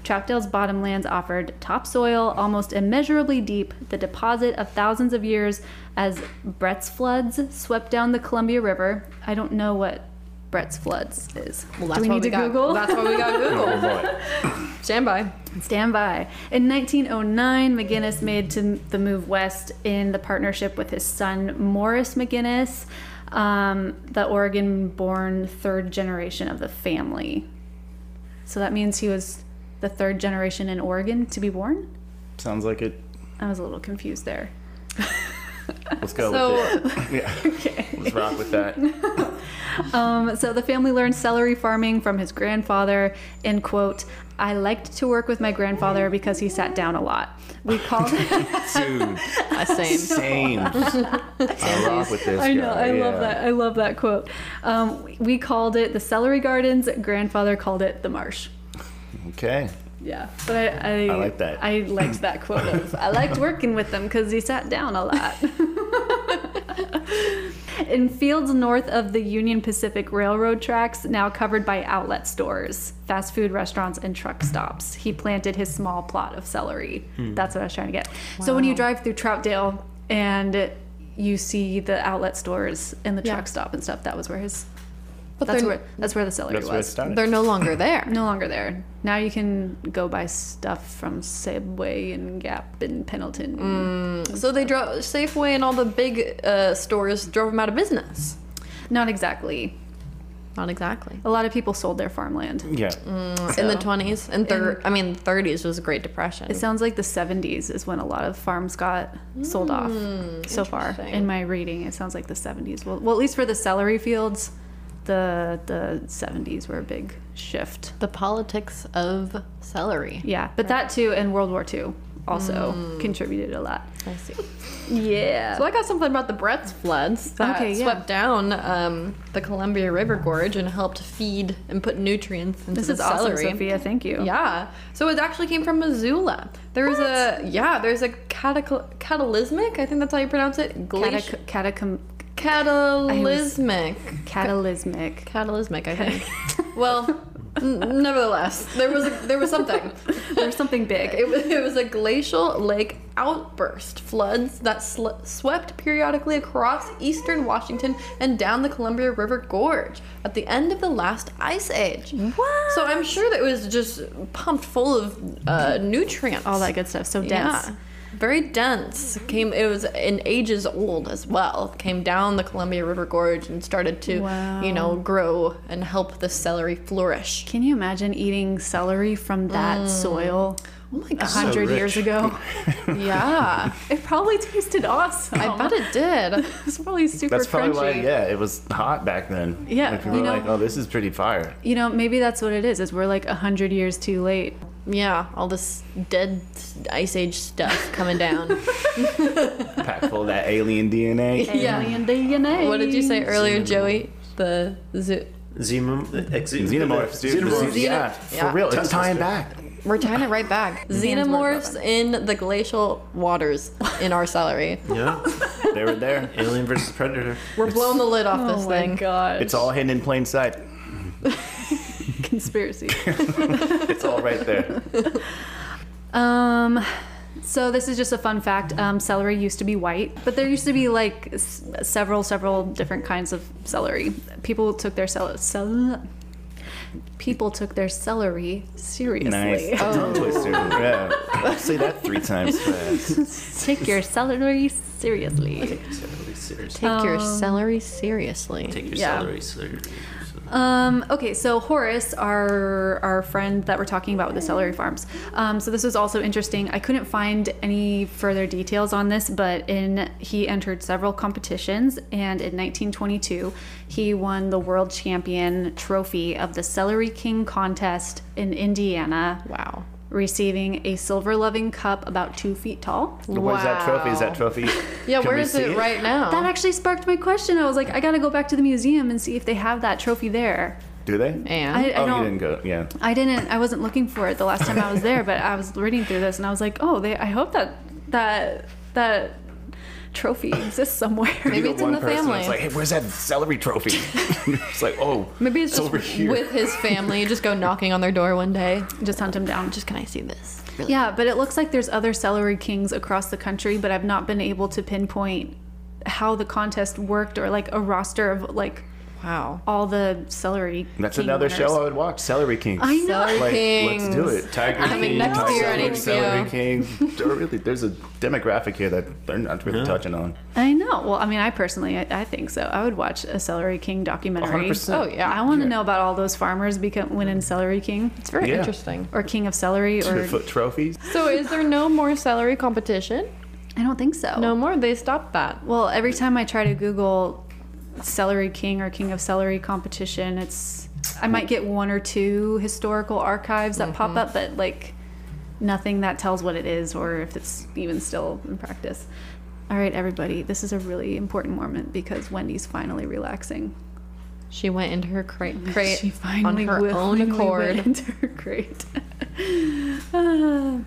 [SPEAKER 1] Troutdale's bottomlands offered topsoil almost immeasurably deep, the deposit of thousands of years as Brett's floods swept down the Columbia River. I don't know what Brett's floods is.
[SPEAKER 2] Well, that's
[SPEAKER 1] Do we
[SPEAKER 2] why
[SPEAKER 1] need to
[SPEAKER 2] got,
[SPEAKER 1] Google?
[SPEAKER 2] That's why we got
[SPEAKER 3] Oh,
[SPEAKER 2] Google.
[SPEAKER 3] boy.
[SPEAKER 2] Stand by.
[SPEAKER 1] Stand by. In 1909, McGinnis made to the move west in the partnership with his son Morris McGinnis, um, the Oregon-born third generation of the family. So that means he was the third generation in Oregon to be born.
[SPEAKER 3] Sounds like it.
[SPEAKER 1] I was a little confused there.
[SPEAKER 3] Let's go
[SPEAKER 2] So-
[SPEAKER 3] with it. Yeah. Let's rock with that.
[SPEAKER 1] Um, so the family learned celery farming from his grandfather. And quote, "I liked to work with my grandfather because he sat down a lot. We called."
[SPEAKER 3] Dude,
[SPEAKER 2] I same.
[SPEAKER 3] same. I rock with this.
[SPEAKER 1] I know.
[SPEAKER 3] guy,
[SPEAKER 1] I
[SPEAKER 3] yeah.
[SPEAKER 1] love that. I love that quote. Um, we called it the celery gardens. Grandfather called it the marsh.
[SPEAKER 3] Okay.
[SPEAKER 1] Yeah, but I, I,
[SPEAKER 3] I like that.
[SPEAKER 1] I liked that quote. Of, I liked working with him because he sat down a lot. In fields north of the Union Pacific Railroad tracks, now covered by outlet stores, fast food restaurants, and truck stops, he planted his small plot of celery.
[SPEAKER 3] Hmm.
[SPEAKER 1] That's what I was trying to get. So when you drive through Troutdale and you see the outlet stores and the
[SPEAKER 2] Yeah.
[SPEAKER 1] truck stop and stuff, that was where his.
[SPEAKER 2] But
[SPEAKER 1] that's
[SPEAKER 2] they're-
[SPEAKER 1] where that's where the celery
[SPEAKER 3] That's
[SPEAKER 1] was
[SPEAKER 3] where it started.
[SPEAKER 2] They're no longer there.
[SPEAKER 1] no longer there. Now you can go buy stuff from Subway and Gap and Pendleton.
[SPEAKER 2] So they drove Safeway and all the big uh, stores drove them out of business.
[SPEAKER 1] Not exactly.
[SPEAKER 2] Not exactly.
[SPEAKER 1] A lot of people sold their farmland.
[SPEAKER 3] Yeah.
[SPEAKER 2] In the 20s and thir- I mean 30s was the Great Depression.
[SPEAKER 1] It sounds like the 70s is when a lot of farms got sold off so far.
[SPEAKER 2] interesting.
[SPEAKER 1] In my reading, it sounds like the 70s. Well, well at least for the celery fields, the the 70s were a big shift.
[SPEAKER 2] the politics of celery.
[SPEAKER 1] Yeah, but that too and World War II also contributed a lot.
[SPEAKER 2] I see.
[SPEAKER 1] Mm. Yeah.
[SPEAKER 2] So I got something about the Brett's floods that
[SPEAKER 1] Okay, yeah.
[SPEAKER 2] swept down um, the Columbia River gorge and helped feed and put nutrients into
[SPEAKER 1] this
[SPEAKER 2] the
[SPEAKER 1] is awesome,
[SPEAKER 2] celery.
[SPEAKER 1] Sophia. Thank you.
[SPEAKER 2] Yeah. So it actually came from Missoula. There's a yeah. There's a catac- cataclysmic. I think that's how you pronounce it. Glacial.
[SPEAKER 1] Catac- catacom-
[SPEAKER 2] catalysmic.
[SPEAKER 1] catalysmic.
[SPEAKER 2] Catalysmic. I think. well, n- nevertheless, there was a, there was something.
[SPEAKER 1] There's something big.
[SPEAKER 2] It was, it was a glacial lake outburst, floods that sl- swept periodically across eastern Washington and down the Columbia River Gorge at the end of the last ice age. What? So I'm sure that it was just pumped full of uh, nutrients.
[SPEAKER 1] all that good stuff. So dense.
[SPEAKER 2] Yeah. Very dense. Came it was in ages old as well. Came down the Columbia River Gorge and started to, you know, grow and help the celery flourish.
[SPEAKER 1] Can you imagine eating celery from that
[SPEAKER 2] Mm.
[SPEAKER 1] soil
[SPEAKER 2] Oh my
[SPEAKER 1] a
[SPEAKER 2] god.
[SPEAKER 1] hundred
[SPEAKER 5] rich.
[SPEAKER 1] years ago?
[SPEAKER 2] Yeah.
[SPEAKER 1] it probably tasted awesome.
[SPEAKER 2] I bet it did.
[SPEAKER 1] It's probably super
[SPEAKER 3] That's probably
[SPEAKER 1] crunchy.
[SPEAKER 3] why, yeah, it was hot back then.
[SPEAKER 1] Yeah,
[SPEAKER 3] Like, people
[SPEAKER 1] you
[SPEAKER 3] were
[SPEAKER 1] know-
[SPEAKER 3] like, oh, this is pretty fire.
[SPEAKER 1] You know, maybe that's what it is. Is we're like a hundred years too late.
[SPEAKER 2] Yeah, all this dead ice age stuff coming down.
[SPEAKER 3] Packed full of that alien DNA.
[SPEAKER 2] Yeah.
[SPEAKER 1] Alien DNA.
[SPEAKER 2] what did you say earlier, Joey? The zoo.
[SPEAKER 5] Xenom- ex-
[SPEAKER 3] Xenomorphs, dude.
[SPEAKER 5] Xenomorphs.
[SPEAKER 3] Yeah,
[SPEAKER 2] Yeah.
[SPEAKER 3] for real. It's tying back.
[SPEAKER 2] We're tying it right back. Xenomorphs in the glacial waters in our celery.
[SPEAKER 5] Yeah.
[SPEAKER 3] They were there.
[SPEAKER 5] Alien versus Predator.
[SPEAKER 2] We're blowing the lid off this
[SPEAKER 1] Oh my
[SPEAKER 2] thing.
[SPEAKER 1] god!
[SPEAKER 3] It's all hidden in plain sight.
[SPEAKER 1] conspiracy.
[SPEAKER 3] It's all right there.
[SPEAKER 1] Um, so this is just a fun fact. Um, celery used to be white, but there used to be like s- several, several different kinds of celery. People took their cel- cel- people took their celery seriously.
[SPEAKER 3] Nice.
[SPEAKER 1] oh.
[SPEAKER 3] Tongue twister. Yeah. Say that three times fast.
[SPEAKER 1] Take your celery seriously.
[SPEAKER 5] Take your celery seriously.
[SPEAKER 2] Take your celery seriously.
[SPEAKER 5] Take your
[SPEAKER 1] Yeah.
[SPEAKER 5] celery seriously.
[SPEAKER 2] Uh,
[SPEAKER 1] Um, okay, so Horace, our our friend that we're talking about with the celery farms. Um, so this was also interesting. I couldn't find any further details on this, but in he entered several competitions, and in 1922, he won the world champion trophy of the Celery King contest in Indiana,
[SPEAKER 2] wow.
[SPEAKER 1] receiving a silver loving cup about two feet tall.
[SPEAKER 3] What is that trophy? Is that
[SPEAKER 2] Wow.
[SPEAKER 3] trophy?
[SPEAKER 2] Yeah,
[SPEAKER 3] Can
[SPEAKER 2] where
[SPEAKER 3] we
[SPEAKER 2] is
[SPEAKER 3] see
[SPEAKER 2] it right now?
[SPEAKER 1] That actually sparked my question. I was like, I gotta go back to the museum and see if they have that trophy there.
[SPEAKER 3] Do they?
[SPEAKER 2] and
[SPEAKER 1] I, I
[SPEAKER 3] oh,
[SPEAKER 1] don't.
[SPEAKER 3] you didn't go. Yeah.
[SPEAKER 1] I didn't. I wasn't looking for it the last time I was there, but I was reading through this and I was like, oh, they. I hope that that that trophy exists somewhere.
[SPEAKER 2] Maybe
[SPEAKER 3] You
[SPEAKER 2] it's
[SPEAKER 3] got one
[SPEAKER 2] in the
[SPEAKER 3] person
[SPEAKER 2] family.
[SPEAKER 3] that's like, hey, where's that celery trophy? it's like, oh,
[SPEAKER 2] Maybe it's,
[SPEAKER 3] over
[SPEAKER 2] just
[SPEAKER 3] here.
[SPEAKER 2] with his family. You just go knocking on their door one day.
[SPEAKER 1] Just hunt him down.
[SPEAKER 2] Just can I see this? Really?
[SPEAKER 1] Yeah, but it looks like there's other celery kings across the country, but I've not been able to pinpoint how the contest worked or like a roster of like
[SPEAKER 2] Wow.
[SPEAKER 1] all the celery.
[SPEAKER 3] that's
[SPEAKER 1] king
[SPEAKER 3] another
[SPEAKER 1] winners.
[SPEAKER 3] show I would watch, Celery King.
[SPEAKER 1] I know.
[SPEAKER 2] Celery
[SPEAKER 3] like,
[SPEAKER 2] Kings.
[SPEAKER 3] let's do it. Tiger
[SPEAKER 2] Coming
[SPEAKER 3] King,
[SPEAKER 2] next year
[SPEAKER 3] Celery,
[SPEAKER 2] on HBO.
[SPEAKER 3] Celery King. There really, there's a demographic here that they're not really touching on.
[SPEAKER 1] I know. Well, I mean, I personally, I, I think so. I would watch a Celery King documentary.
[SPEAKER 3] 100%.
[SPEAKER 2] Oh, yeah.
[SPEAKER 1] I want to know about all those farmers become winning Celery King
[SPEAKER 2] It's very
[SPEAKER 3] Yeah.
[SPEAKER 2] interesting.
[SPEAKER 1] or King of Celery or
[SPEAKER 3] Foot trophies.
[SPEAKER 2] So is there no more celery competition?
[SPEAKER 1] I don't think so.
[SPEAKER 2] No more. They stopped that.
[SPEAKER 1] Well, every time I try to Google Celery King or King of Celery competition, it's I might get one or two historical archives that
[SPEAKER 2] Mm-hmm.
[SPEAKER 1] pop up, but like nothing that tells what it is or if it's even still in practice. All right, everybody, this is a really important moment because Wendy's finally relaxing.
[SPEAKER 2] She went into her cra- crate
[SPEAKER 1] She
[SPEAKER 2] on
[SPEAKER 1] finally
[SPEAKER 2] her own
[SPEAKER 1] willingly
[SPEAKER 2] accord.
[SPEAKER 1] went into her crate. Ah.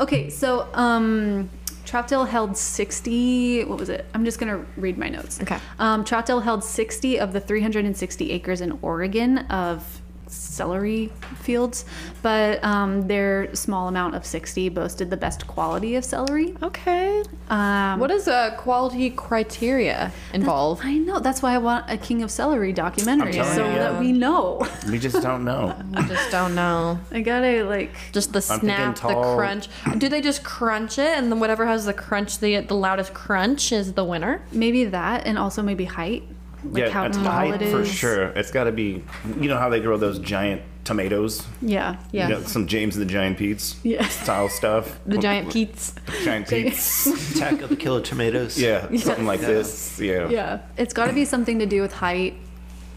[SPEAKER 1] okay, so um, Troutdale held 60. What was it? I'm just going to read my notes.
[SPEAKER 2] Okay.
[SPEAKER 1] Um, Troutdale held 60 of the 360 acres in Oregon of celery fields, but um, their small amount of 60 boasted the best quality of celery.
[SPEAKER 2] Okay.
[SPEAKER 1] Um,
[SPEAKER 2] What is a quality criteria involved?
[SPEAKER 1] I know. That's why I want a King of Celery documentary
[SPEAKER 3] telling
[SPEAKER 1] so
[SPEAKER 3] you, yeah.
[SPEAKER 1] that we know.
[SPEAKER 3] We just don't know.
[SPEAKER 2] I just don't know.
[SPEAKER 1] I gotta, like,
[SPEAKER 2] Just the
[SPEAKER 3] I'm thinking
[SPEAKER 2] snap, the
[SPEAKER 3] tall.
[SPEAKER 2] crunch. Do they just crunch it, and then whatever has the crunch, the the loudest crunch is the winner?
[SPEAKER 1] Maybe that, and also maybe height. Like
[SPEAKER 3] yeah,
[SPEAKER 1] how
[SPEAKER 3] it's
[SPEAKER 1] tall
[SPEAKER 3] height
[SPEAKER 1] it
[SPEAKER 3] for
[SPEAKER 1] is.
[SPEAKER 3] sure. It's got to be. You know how they grow those giant tomatoes?
[SPEAKER 1] Yeah.
[SPEAKER 2] Yeah.
[SPEAKER 3] You know, some James and the Giant Pete's
[SPEAKER 1] Yeah.
[SPEAKER 3] style stuff.
[SPEAKER 2] The giant peats.
[SPEAKER 3] Giant Pete's.
[SPEAKER 5] Attack of the Killer Tomatoes.
[SPEAKER 3] Yeah, something like this. Yeah.
[SPEAKER 1] Yeah. It's got to be something to do with height.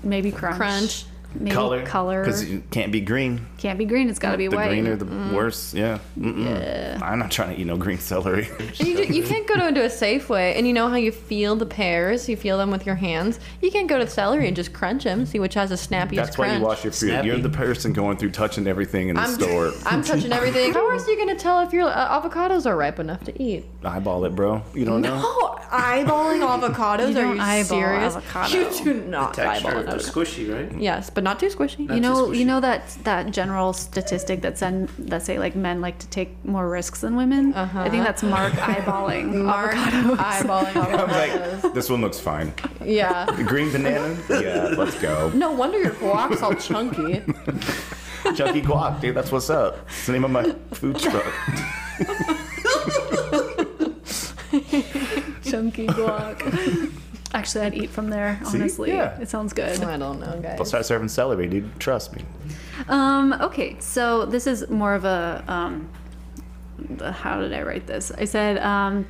[SPEAKER 1] Maybe crunch.
[SPEAKER 2] Crunch.
[SPEAKER 1] Maybe
[SPEAKER 3] Color.
[SPEAKER 1] color.
[SPEAKER 3] Because it can't be green.
[SPEAKER 1] Can't be green. It's got to be
[SPEAKER 3] The
[SPEAKER 1] white.
[SPEAKER 3] greener, the worse. Yeah. Mm-mm. I'm not trying to eat no green celery.
[SPEAKER 2] And you, do- you can't go to into a Safeway, and you know how you feel the pears, you feel them with your hands. You can't go to celery and just crunch them, see which has the snappiest
[SPEAKER 3] That's why
[SPEAKER 2] crunch.
[SPEAKER 3] you wash your fruit. You're
[SPEAKER 5] Snappy.
[SPEAKER 3] the person going through touching everything in the
[SPEAKER 2] I'm,
[SPEAKER 3] store.
[SPEAKER 2] I'm touching everything. How else are you gonna tell if your uh, avocados are ripe enough to eat?
[SPEAKER 3] Eyeball it, bro. You don't know.
[SPEAKER 2] Oh, eyeballing avocados?
[SPEAKER 1] You
[SPEAKER 2] are
[SPEAKER 1] don't
[SPEAKER 2] you
[SPEAKER 1] eyeball
[SPEAKER 2] serious?
[SPEAKER 1] avocado.
[SPEAKER 2] You do not eyeball
[SPEAKER 5] Texture.
[SPEAKER 2] an
[SPEAKER 5] They're
[SPEAKER 2] avocado.
[SPEAKER 5] squishy, right?
[SPEAKER 2] Yes, but not too squishy.
[SPEAKER 1] You
[SPEAKER 5] That's
[SPEAKER 1] know,
[SPEAKER 5] just
[SPEAKER 1] you know that that general statistic that said that say like men like to take more risks than women. I think that's Mark eyeballing
[SPEAKER 2] Mark
[SPEAKER 1] avocados.
[SPEAKER 2] eyeballing
[SPEAKER 3] I was
[SPEAKER 2] avocados.
[SPEAKER 3] like, this one looks fine.
[SPEAKER 2] yeah.
[SPEAKER 3] Green banana? Yeah, let's go.
[SPEAKER 2] No wonder your guac's all chunky.
[SPEAKER 3] Chunky guac, E. dude. That's what's up. It's the name of my food truck.
[SPEAKER 1] Chunky guac. Actually, I'd eat from there. Honestly,
[SPEAKER 3] Yeah.
[SPEAKER 1] it sounds good.
[SPEAKER 2] I don't know, guys.
[SPEAKER 3] I'll start serving celery, dude. Trust me.
[SPEAKER 1] Um, okay, so this is more of a um, the- how did I write this? I said, um,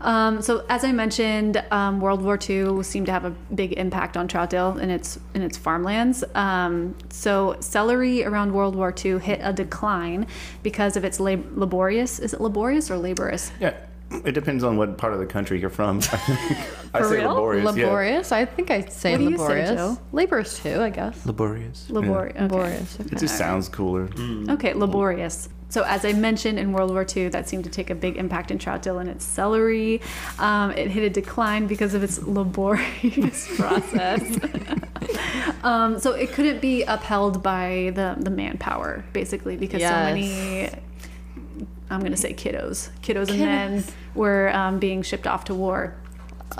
[SPEAKER 1] um, so as I mentioned, um, World War II seemed to have a big impact on Troutdale and its and its farmlands. Um, so celery around World War II hit a decline because of its lab- laborious. Is it laborious or laborious?
[SPEAKER 3] Yeah. It depends on what part of the country you're from. I
[SPEAKER 1] For
[SPEAKER 3] say
[SPEAKER 1] real?
[SPEAKER 3] laborious. Yeah.
[SPEAKER 2] Laborious? I think I'd say
[SPEAKER 1] What do you say,
[SPEAKER 2] laborious.
[SPEAKER 1] Joe?
[SPEAKER 2] Labor's too, I guess.
[SPEAKER 5] Laborious.
[SPEAKER 1] Laborious. Okay.
[SPEAKER 2] Laborious. okay.
[SPEAKER 3] It just sounds cooler.
[SPEAKER 1] Okay, laborious. So, as I mentioned in World War II, that seemed to take a big impact in Troutdale and its celery. Um, it hit a decline because of its laborious process. um, so, it couldn't be upheld by the, the manpower, basically, because so
[SPEAKER 2] Yes.
[SPEAKER 1] many, I'm going to say kiddos, kiddos, and
[SPEAKER 2] Kiddos.
[SPEAKER 1] men were um, being shipped off to war,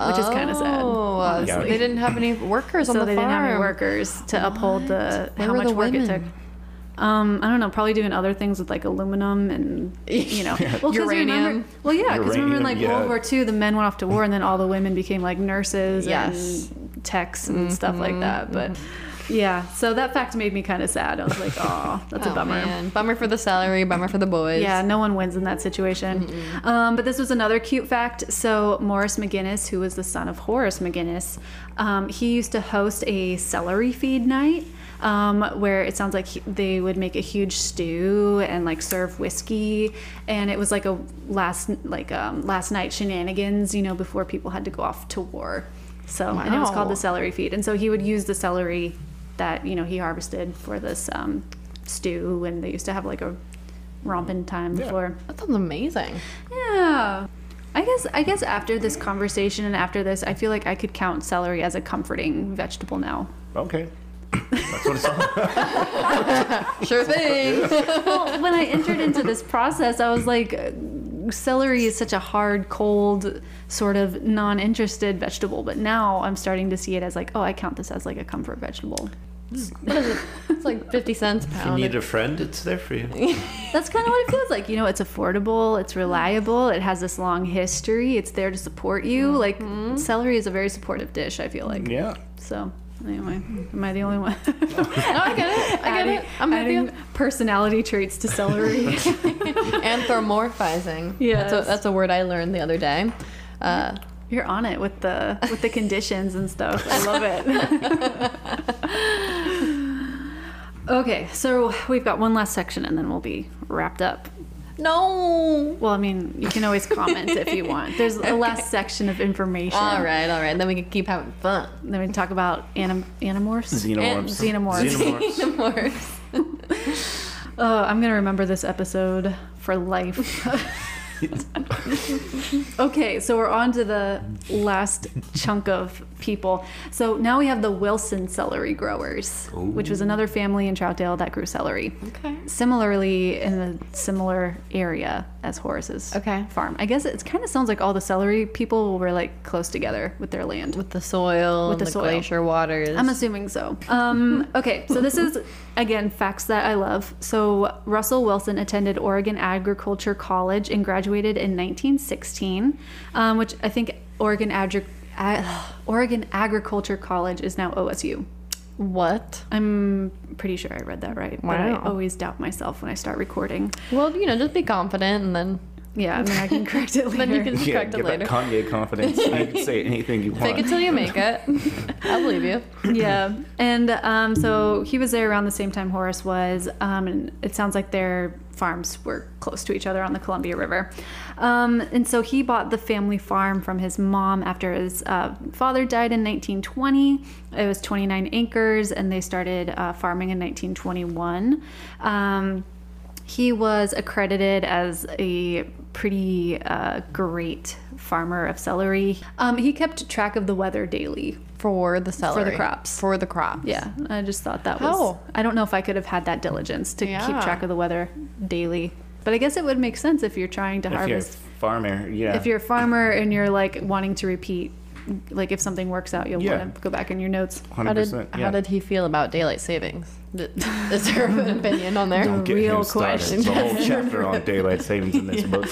[SPEAKER 1] which is kind of sad.
[SPEAKER 2] Oh, uh, so
[SPEAKER 3] honestly.
[SPEAKER 2] they didn't have any workers on
[SPEAKER 1] So
[SPEAKER 2] the
[SPEAKER 1] they
[SPEAKER 2] farm.
[SPEAKER 1] didn't have any workers to uphold the
[SPEAKER 2] Where
[SPEAKER 1] how
[SPEAKER 2] were
[SPEAKER 1] much
[SPEAKER 2] the
[SPEAKER 1] work it took.
[SPEAKER 2] women?
[SPEAKER 1] Um, I don't know, probably doing other things with like aluminum and you know, well, 'cause you
[SPEAKER 2] Uranium.
[SPEAKER 1] Remember, well, yeah, because remember in
[SPEAKER 3] Uranium,
[SPEAKER 1] like
[SPEAKER 3] yeah.
[SPEAKER 1] World War II, the men went off to war, and then all the women became like nurses
[SPEAKER 2] Yes. Mm-hmm.
[SPEAKER 1] and techs and stuff like that. But yeah, so that fact made me kind of sad. I was like, oh, that's
[SPEAKER 2] Oh,
[SPEAKER 1] a bummer.
[SPEAKER 2] man. Bummer for the salary, bummer for the boys.
[SPEAKER 1] Yeah, no one wins in that situation. Um, but this was another cute fact. So Morris McGinnis, who was the son of Horace McGinnis, um, he used to host a celery feed night. Um, where it sounds like he- they would make a huge stew and like serve whiskey, and it was like a last like um, last night shenanigans, you know, before people had to go off to war. So and it was called
[SPEAKER 2] Wow.
[SPEAKER 1] the celery feed, and so he would use the celery that you know he harvested for this um, stew, and they used to have like a romping time for.
[SPEAKER 2] That sounds amazing.
[SPEAKER 1] Yeah. I guess I guess after this conversation and after this, I feel like I could count celery as a comforting vegetable now.
[SPEAKER 3] Okay. That's what it's all.
[SPEAKER 2] Sure thing.
[SPEAKER 1] well, when I entered into this process, I was like, uh, celery is such a hard, cold, sort of non-interested vegetable. But now I'm starting to see it as like, oh, I count this as like a comfort vegetable.
[SPEAKER 2] it's like 50 cents a
[SPEAKER 5] If you
[SPEAKER 2] pound.
[SPEAKER 5] need a friend, it's there for you.
[SPEAKER 1] That's kind of what it feels like. You know, it's affordable,
[SPEAKER 2] Mm-hmm.
[SPEAKER 1] it's reliable, it has this long history, it's there to support you.
[SPEAKER 2] Mm-hmm.
[SPEAKER 1] Like celery is a very supportive dish. I feel like
[SPEAKER 3] Yeah.
[SPEAKER 1] so. Anyway, am I the only one?
[SPEAKER 2] no, I get it. I get
[SPEAKER 1] adding,
[SPEAKER 2] it. I'm with
[SPEAKER 1] adding
[SPEAKER 2] you.
[SPEAKER 1] personality traits to celery.
[SPEAKER 2] Anthropomorphizing. That's
[SPEAKER 1] Yes.
[SPEAKER 2] a, that's a word I learned the other day. Uh,
[SPEAKER 1] You're on it with the with the conditions and stuff. I love it. okay, so we've got one last section and then we'll be wrapped up.
[SPEAKER 2] no.
[SPEAKER 1] Well, I mean, you can always comment if you want. There's a last section of information.
[SPEAKER 2] All right, all right. Then we can keep having fun.
[SPEAKER 1] Then we can talk about anim- animorphs.
[SPEAKER 3] Xenomorphs.
[SPEAKER 1] Xenomorphs.
[SPEAKER 3] Xenomorphs.
[SPEAKER 2] The Morse.
[SPEAKER 1] Oh, I'm gonna remember this episode for life. okay, so we're on to the last chunk of people. So now we have the Wilson celery growers, which was another family in Troutdale that grew celery.
[SPEAKER 2] Okay.
[SPEAKER 1] Similarly, in a similar area as Horace's
[SPEAKER 2] Okay.
[SPEAKER 1] farm. I guess it kind of sounds like all the celery people were like close together with their land.
[SPEAKER 2] With the soil,
[SPEAKER 1] With
[SPEAKER 2] with
[SPEAKER 1] the
[SPEAKER 2] the,
[SPEAKER 1] soil.
[SPEAKER 2] glacier waters.
[SPEAKER 1] I'm assuming so. Um, okay, so this is again facts that I love. So Russell Wilson attended Oregon Agriculture College and graduated in 1916, um, which I think Oregon Agri- Ag- Oregon Agriculture College is now OSU.
[SPEAKER 2] what?
[SPEAKER 1] I'm pretty sure I read that right. But I
[SPEAKER 2] Wow.
[SPEAKER 1] always doubt myself when I start recording.
[SPEAKER 2] Well, you know, just be confident and then
[SPEAKER 1] Yeah, I mean I can correct it later.
[SPEAKER 2] then you can just
[SPEAKER 3] Yeah,
[SPEAKER 2] correct it
[SPEAKER 3] give it
[SPEAKER 2] later.
[SPEAKER 3] Kanye confidence. you can say anything you want.
[SPEAKER 2] Fake it till you make it. I believe you.
[SPEAKER 1] yeah and um, so he was there around the same time horace was um, and it sounds like their farms were close to each other on the columbia river um, and so he bought the family farm from his mom after his uh, father died in 1920 it was 29 acres and they started uh, farming in 1921 um, he was accredited as a pretty uh, great farmer of celery um, he kept track of the weather daily
[SPEAKER 2] For the celery.
[SPEAKER 1] crops.
[SPEAKER 2] For the crops.
[SPEAKER 1] yeah, I just thought that was.
[SPEAKER 2] How?
[SPEAKER 1] I don't know if I could have had that diligence to keep
[SPEAKER 2] Yeah.
[SPEAKER 1] track of the weather daily, but I guess it would make sense if you're trying to
[SPEAKER 3] If you're a
[SPEAKER 1] harvest.
[SPEAKER 3] farmer, yeah.
[SPEAKER 1] If you're a farmer and you're like wanting to repeat, like if something works out, you'll
[SPEAKER 3] Yeah.
[SPEAKER 1] want to go back in your notes.
[SPEAKER 2] How
[SPEAKER 3] 100%.
[SPEAKER 2] did,
[SPEAKER 3] yeah.
[SPEAKER 2] how did he feel about daylight savings? Did- Is there an opinion on there?
[SPEAKER 3] Don't get
[SPEAKER 1] real
[SPEAKER 3] him started.
[SPEAKER 1] question.
[SPEAKER 3] It's a whole chapter on daylight savings in this book.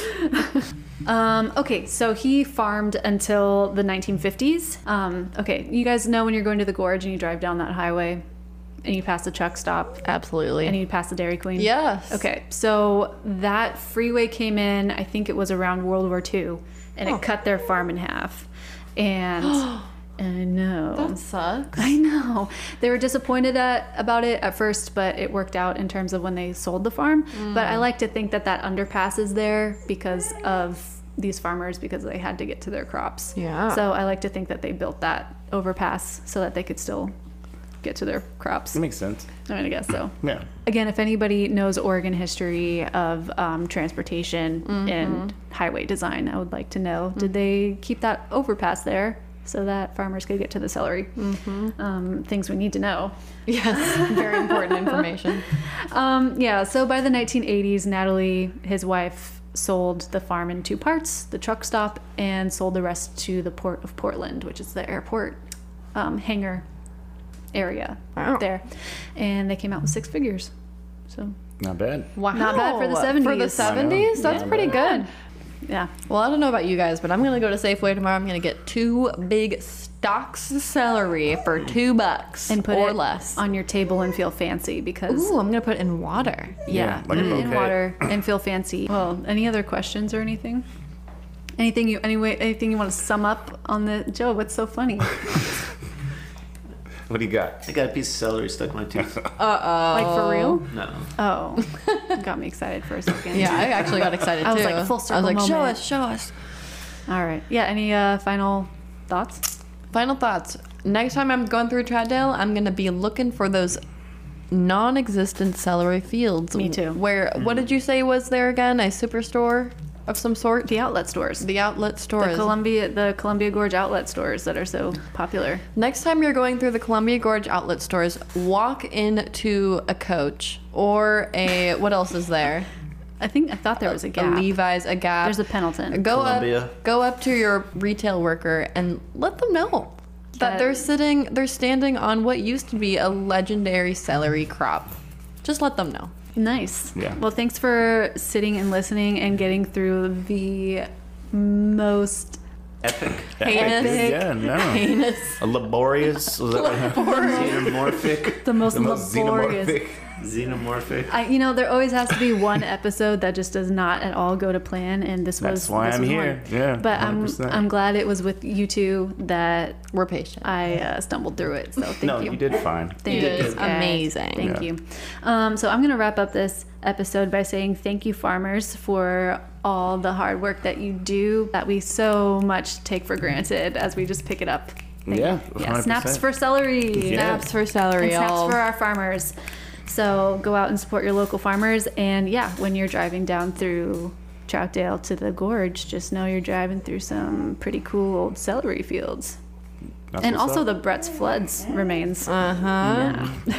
[SPEAKER 1] Um, okay, so he farmed until the 1950s. Um, okay, you guys know when you're going to the gorge and you drive down that highway, and you pass the truck stop,
[SPEAKER 2] Absolutely.
[SPEAKER 1] and you pass the Dairy Queen.
[SPEAKER 2] yes.
[SPEAKER 1] Okay, so that freeway came in, I think it was around World War II, and it cut their farm in half. And I know.
[SPEAKER 2] That sucks.
[SPEAKER 1] I know. They were disappointed at, about it at first, but it worked out in terms of when they sold the farm. But I like to think that that underpass is there because of these farmers because they had to get to their crops.
[SPEAKER 2] Yeah.
[SPEAKER 1] So I like to think that they built that overpass so that they could still get to their crops.
[SPEAKER 3] It makes sense.
[SPEAKER 1] I mean, I guess so
[SPEAKER 3] Yeah.
[SPEAKER 1] again, if anybody knows Oregon history of um, transportation and highway design, I would like to know. Did they keep that overpass there so that farmers could get to the celery? Um, things we need to know.
[SPEAKER 2] Yes. Very important information.
[SPEAKER 1] Um, yeah, so by the 1980s, Natalie, his wife, sold the farm in two parts the truck stop and sold the rest to the port of Portland, which is the airport um, hangar area
[SPEAKER 2] Wow.
[SPEAKER 1] there. And they came out with six figures. So
[SPEAKER 3] Not bad.
[SPEAKER 2] Wow.
[SPEAKER 1] Not bad for the
[SPEAKER 2] For the
[SPEAKER 1] 70s.
[SPEAKER 3] I know.
[SPEAKER 2] 70s? That's
[SPEAKER 3] Yeah.
[SPEAKER 2] pretty good.
[SPEAKER 1] Yeah.
[SPEAKER 2] Well, I don't know about you guys, but I'm going to go to Safeway tomorrow. I'm going to get two big stalks of celery for two bucks
[SPEAKER 1] And put
[SPEAKER 2] or
[SPEAKER 1] it
[SPEAKER 2] less.
[SPEAKER 1] on your table and feel fancy because
[SPEAKER 2] Ooh, I'm going to put it in water.
[SPEAKER 1] yeah,
[SPEAKER 3] Yeah, like
[SPEAKER 1] put
[SPEAKER 3] a
[SPEAKER 1] it in
[SPEAKER 3] bouquet.
[SPEAKER 1] water and feel fancy. Well, any other questions or anything? Anything you anyway anything you want to sum up on the Joe? What's so funny?
[SPEAKER 3] What do you got?
[SPEAKER 5] I got a piece of celery stuck in my tooth.
[SPEAKER 1] Like for real?
[SPEAKER 5] No.
[SPEAKER 1] Oh, got me excited for a second.
[SPEAKER 2] Yeah, I actually got excited
[SPEAKER 1] I was
[SPEAKER 2] too.
[SPEAKER 1] like, full circle
[SPEAKER 2] I was like, show
[SPEAKER 1] moment.
[SPEAKER 2] us, show us.
[SPEAKER 1] All right. Yeah. Any uh, final thoughts?
[SPEAKER 2] Final thoughts. Next time I'm going through Troutdale, I'm gonna be looking for those non-existent celery fields.
[SPEAKER 1] Me too.
[SPEAKER 2] Where what did you say was there again? A superstore of some sort?
[SPEAKER 1] The outlet stores.
[SPEAKER 2] The outlet store.
[SPEAKER 1] the
[SPEAKER 2] is-
[SPEAKER 1] Columbia the Columbia Gorge outlet stores that are so popular.
[SPEAKER 2] Next time you're going through the Columbia Gorge outlet stores, walk into a Coach or a what else is there?
[SPEAKER 1] I think I thought there was a
[SPEAKER 2] A
[SPEAKER 1] gap.
[SPEAKER 2] Levi's, a Gap.
[SPEAKER 1] There's a Pendleton.
[SPEAKER 2] Go
[SPEAKER 5] Columbia.
[SPEAKER 2] up, go up to your retail worker and let them know that,
[SPEAKER 1] That-
[SPEAKER 2] they're sitting, they're standing on what used to be a legendary celery crop. Just let them know.
[SPEAKER 1] Nice.
[SPEAKER 3] Yeah.
[SPEAKER 1] Well, thanks for sitting and listening and getting through the most
[SPEAKER 5] Epic.
[SPEAKER 2] Heinous.
[SPEAKER 3] Epic. Yeah, no.
[SPEAKER 2] Heinous.
[SPEAKER 3] A laborious, was that right?
[SPEAKER 5] Xenomorphic.
[SPEAKER 1] the most,
[SPEAKER 3] the most
[SPEAKER 1] laborious.
[SPEAKER 3] xenomorphic.
[SPEAKER 5] Xenomorphic.
[SPEAKER 1] I, you know, there always has to be one episode that just does not at all go to plan, and this was
[SPEAKER 3] That's why
[SPEAKER 1] this
[SPEAKER 3] I'm
[SPEAKER 1] was
[SPEAKER 3] here.
[SPEAKER 1] one.
[SPEAKER 3] Yeah,
[SPEAKER 1] But i am
[SPEAKER 3] 100%.
[SPEAKER 1] I'm glad it was with you two that
[SPEAKER 2] We're patient.
[SPEAKER 1] I uh, stumbled through it. So thank
[SPEAKER 3] No,
[SPEAKER 1] you.
[SPEAKER 3] you did fine.
[SPEAKER 1] Thank
[SPEAKER 2] You
[SPEAKER 1] you.
[SPEAKER 2] did
[SPEAKER 1] guys.
[SPEAKER 2] amazing.
[SPEAKER 1] Thank
[SPEAKER 3] Yeah.
[SPEAKER 1] you. Um, so I'm going to wrap up this episode by saying thank you, farmers, for all the hard work that you do that we so much take for granted as we just pick it up. Thank-
[SPEAKER 3] Yeah,
[SPEAKER 1] yeah.
[SPEAKER 3] 100%.
[SPEAKER 1] Snaps for celery.
[SPEAKER 3] Yeah.
[SPEAKER 2] Snaps for celery,
[SPEAKER 1] And snaps
[SPEAKER 2] y'all.
[SPEAKER 1] for our farmers. So go out and support your local farmers. And yeah, when you're driving down through Troutdale to the gorge, just know you're driving through some pretty cool old celery fields.
[SPEAKER 3] That's
[SPEAKER 1] And
[SPEAKER 3] what's
[SPEAKER 1] also
[SPEAKER 3] up.
[SPEAKER 1] the Brett's Floods remains.
[SPEAKER 2] uh-huh.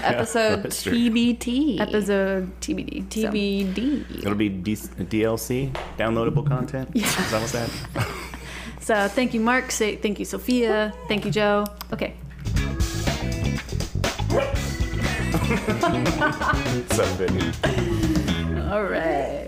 [SPEAKER 2] Episode
[SPEAKER 3] that's true.
[SPEAKER 2] TBT.
[SPEAKER 1] Episode TBD. so.
[SPEAKER 2] TBD.
[SPEAKER 3] It'll be D- DLC, downloadable content. Is that what's that?
[SPEAKER 1] So thank you, Mark. Say thank you, Sophia. Thank you, Joe. Okay.
[SPEAKER 3] Something.
[SPEAKER 1] All right.